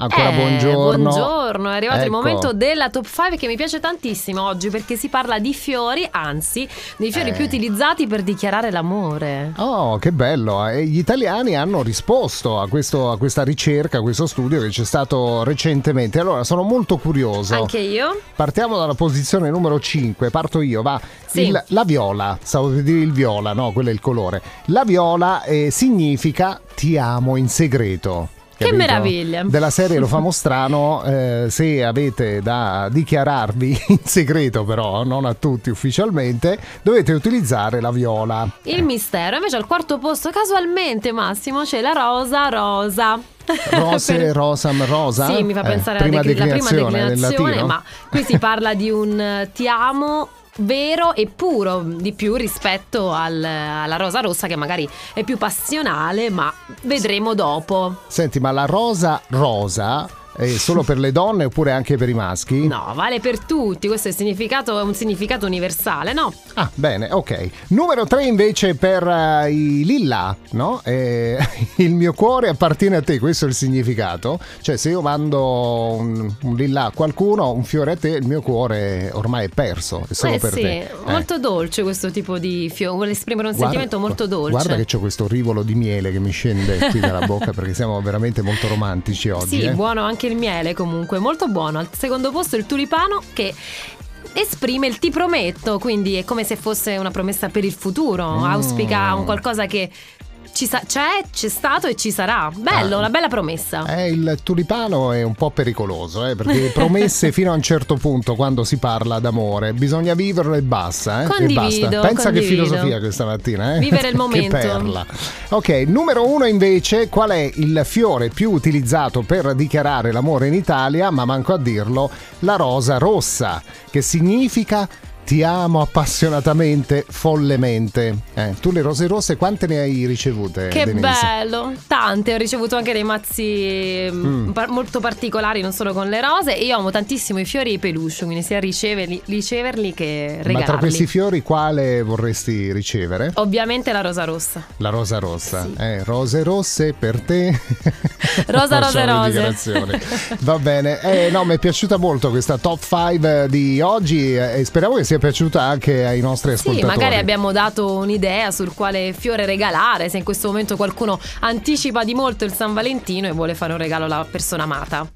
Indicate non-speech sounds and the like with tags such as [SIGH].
Ancora Eh, buongiorno. buongiorno, è arrivato il Ecco. momento della top 5 che mi piace tantissimo oggi perché si parla di fiori, anzi, dei fiori Eh. più utilizzati per dichiarare l'amore. Oh, che bello! E gli italiani hanno risposto a, questo- a questa ricerca, a questo studio che c'è stato recentemente. Allora, sono molto curioso. Anche io? Partiamo dalla posizione numero 5, parto io, va. Sì. Il- la viola, stavo per dire il viola, no, quello è il colore. La viola eh, significa ti amo in segreto. Che capito? meraviglia. Della serie lo fa mostrano, eh, se avete da dichiararvi [LAUGHS] in segreto però, non a tutti ufficialmente, dovete utilizzare la viola. Il mistero. Invece al quarto posto, casualmente, Massimo, c'è la rosa rosa. Rose, [LAUGHS] Per- rosam, rosa. Sì, mi fa Eh, pensare alla prima decli- la prima declinazione del declinazione, latino. ma qui si parla di un eh, ti amo vero e puro di più rispetto al- alla rosa rossa che magari è più passionale, ma vedremo dopo. Senti, ma la rosa rosa è solo per le donne oppure anche per i maschi? No, vale per tutti, questo è, il significato, è un significato universale, no? Ah, bene, ok. Numero 3 invece per eh, i lilla, no? Eh, [LAUGHS] il mio cuore appartiene a te, questo è il significato. Cioè, se io mando un, un lilla a qualcuno, un fiore a te, il mio cuore ormai è perso, è solo eh per sì, te. Eh. molto dolce questo tipo di fiore, vuole esprimere un sentimento molto dolce. Guarda che c'ho questo rivolo di miele che mi scende qui dalla bocca perché siamo veramente molto romantici oggi. Sì, eh. buono anche il miele comunque, molto buono. Al secondo posto il tulipano che esprime il ti prometto, quindi è come se fosse una promessa per il futuro, Mm. auspica un qualcosa che ci sa- c'è, c'è stato e ci sarà. Bello, Ah. una bella promessa. Eh, il tulipano è un po' pericoloso, eh, perché [LAUGHS] promesse fino a un certo punto quando si parla d'amore, bisogna viverlo e basta. eh, e Condivido, basta. Pensa che condivido. filosofia questa mattina. eh. Vivere il [LAUGHS] momento. che perla. Ok, numero uno invece, qual è il fiore più utilizzato per dichiarare l'amore in Italia, ma manco a dirlo, la rosa rossa, che significa... Ti amo appassionatamente, follemente. Eh, tu le rose rosse quante ne hai ricevute? Che Denise? bello, tante, ho ricevuto anche dei mazzi mm, par- molto particolari, non solo con le rose. Io amo tantissimo i fiori e i peluche, quindi sia riceverli, riceverli che regalarli. Ma tra questi fiori quale vorresti ricevere? Ovviamente la [LAUGHS] rosa rossa. La rosa rossa. Sì. Eh, rose rosse per te. [LAUGHS] Rosa, rose, Facciamo le rose. dichiarazioni. [LAUGHS] Va bene. Eh, no, mi è piaciuta molto questa top 5 di oggi eh, e speriamo che sia piaciuta anche ai nostri Sì, ascoltatori. magari abbiamo dato un'idea sul quale fiore regalare, se in questo momento qualcuno anticipa di molto il San Valentino e vuole fare un regalo alla persona amata.